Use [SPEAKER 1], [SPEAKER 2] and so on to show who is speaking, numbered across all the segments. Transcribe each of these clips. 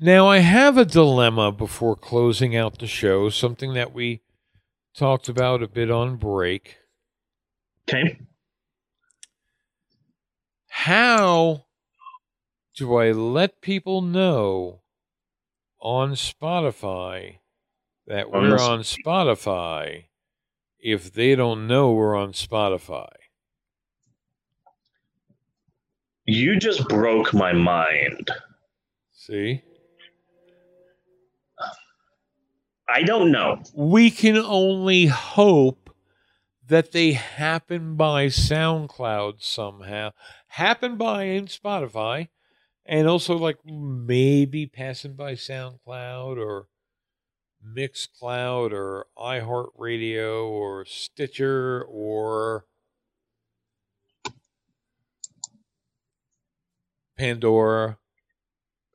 [SPEAKER 1] Now, I have a dilemma before closing out the show, something that we talked about a bit on break.
[SPEAKER 2] Okay.
[SPEAKER 1] How do I let people know on Spotify that
[SPEAKER 2] On
[SPEAKER 1] we're
[SPEAKER 2] this-
[SPEAKER 1] on Spotify if they don't know we're on Spotify?
[SPEAKER 2] You just broke my mind.
[SPEAKER 1] See?
[SPEAKER 2] I don't know.
[SPEAKER 1] we can only hope that they happen by SoundCloud somehow, happen by in Spotify, and also like maybe passing by SoundCloud or Mixcloud or iHeartRadio or Stitcher or Pandora,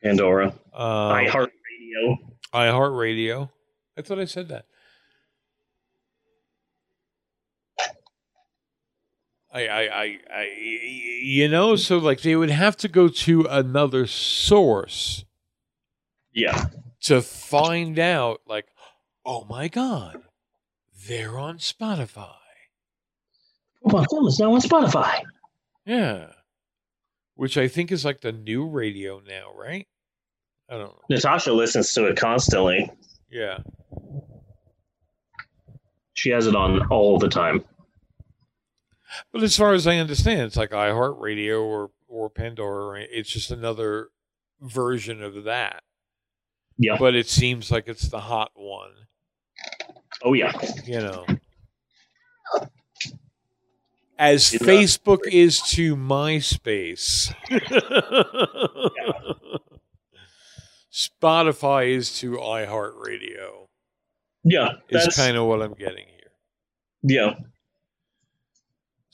[SPEAKER 2] Pandora,
[SPEAKER 1] uh,
[SPEAKER 2] iHeartRadio.
[SPEAKER 1] iHeartRadio. I thought I said that. I, I, I, I, you know, so like they would have to go to another source
[SPEAKER 2] Yeah.
[SPEAKER 1] to find out, like, oh my God, they're on Spotify.
[SPEAKER 2] Oh, my phone is now on Spotify.
[SPEAKER 1] Yeah. Which I think is like the new radio now, right? I don't know.
[SPEAKER 2] Natasha listens to it constantly.
[SPEAKER 1] Yeah.
[SPEAKER 2] She has it on all the time.
[SPEAKER 1] But as far as I understand, it's like iHeartRadio or or Pandora. right? It's just another version of that.
[SPEAKER 2] Yeah.
[SPEAKER 1] But it seems like it's the hot one,
[SPEAKER 2] Oh yeah.
[SPEAKER 1] you know. As
[SPEAKER 2] Yeah.
[SPEAKER 1] Facebook is to MySpace, Spotify is to iHeartRadio.
[SPEAKER 2] Yeah.
[SPEAKER 1] Is kind of what I'm getting here.
[SPEAKER 2] yeah.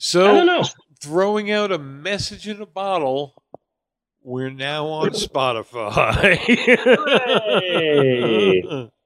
[SPEAKER 2] I
[SPEAKER 1] So
[SPEAKER 2] don't know.
[SPEAKER 1] throwing out a message in a bottle. We're now on Spotify.
[SPEAKER 2] Hey.